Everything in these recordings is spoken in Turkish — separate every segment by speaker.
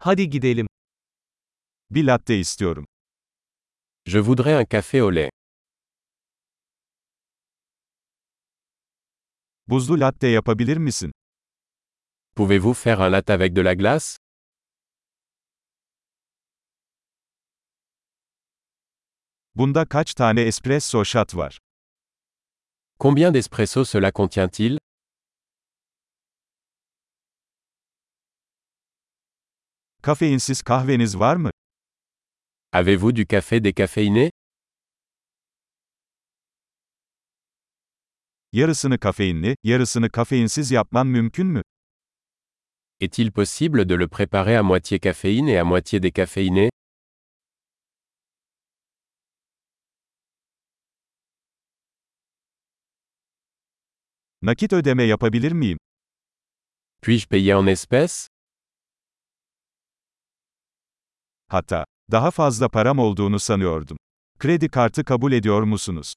Speaker 1: Hadi gidelim. Bir latte istiyorum.
Speaker 2: Je voudrais un café au lait.
Speaker 1: Buzlu latte yapabilir misin?
Speaker 2: Pouvez-vous faire un latte avec de la glace
Speaker 1: Bunda kaç tane espresso shot var?
Speaker 2: Combien d'espresso cela contient-il
Speaker 1: Kafeinsiz kahveniz var mı?
Speaker 2: Avez-vous du café décaféiné
Speaker 1: Yarısını kafeinli, yarısını kafeinsiz yapman mümkün mü?
Speaker 2: Est-il possible de le préparer à moitié caféine et à moitié décaféiné
Speaker 1: Nakit ödeme yapabilir miyim?
Speaker 2: Puis-je payer en espèces
Speaker 1: Hatta daha fazla param olduğunu sanıyordum. Kredi kartı kabul ediyor musunuz?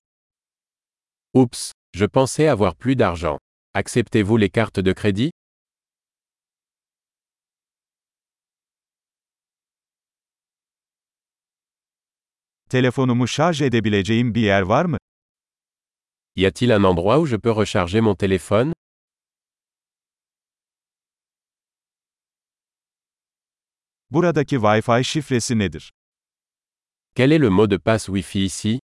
Speaker 2: Oups, je pensais avoir plus d'argent. Acceptez-vous les cartes de crédit
Speaker 1: Telefonumu şarj edebileceğim bir yer var mı?
Speaker 2: Y a-t-il un endroit où je peux recharger mon téléphone
Speaker 1: Buradaki Wi-Fi şifresi nedir?
Speaker 2: Quel est le mot de passe Wi-Fi ici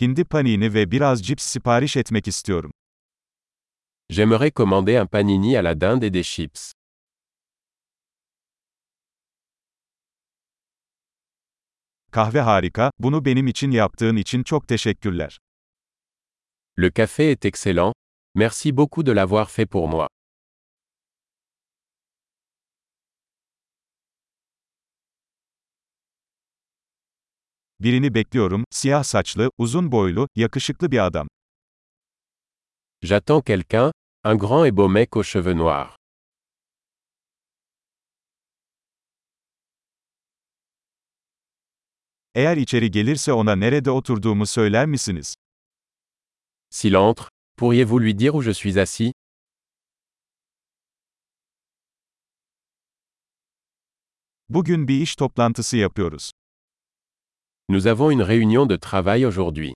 Speaker 1: Hindi panini ve biraz cips sipariş etmek istiyorum.
Speaker 2: J'aimerais commander un panini à la dinde et des chips.
Speaker 1: Kahve harika, bunu benim için yaptığın için çok teşekkürler.
Speaker 2: Le café est excellent. Merci beaucoup de l'avoir fait pour moi.
Speaker 1: Birini bekliyorum, siyah saçlı, uzun boylu, yakışıklı bir adam.
Speaker 2: J'attends quelqu'un, un grand et beau mec aux cheveux noirs.
Speaker 1: Eğer içeri gelirse ona nerede oturduğumu söyler misiniz?
Speaker 2: S'il entre, pourriez-vous lui dire où je suis assis
Speaker 1: Bugün bir iş toplantısı yapıyoruz.
Speaker 2: Nous avons une réunion de travail aujourd'hui.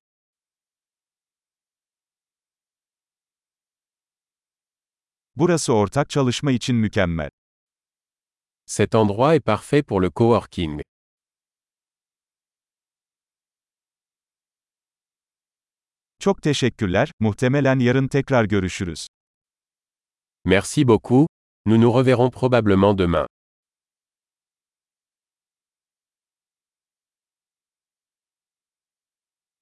Speaker 1: Burası ortak çalışma için mükemmel.
Speaker 2: Cet endroit est parfait pour le coworking.
Speaker 1: Çok teşekkürler, muhtemelen yarın tekrar görüşürüz.
Speaker 2: Merci beaucoup, nous nous reverrons probablement demain.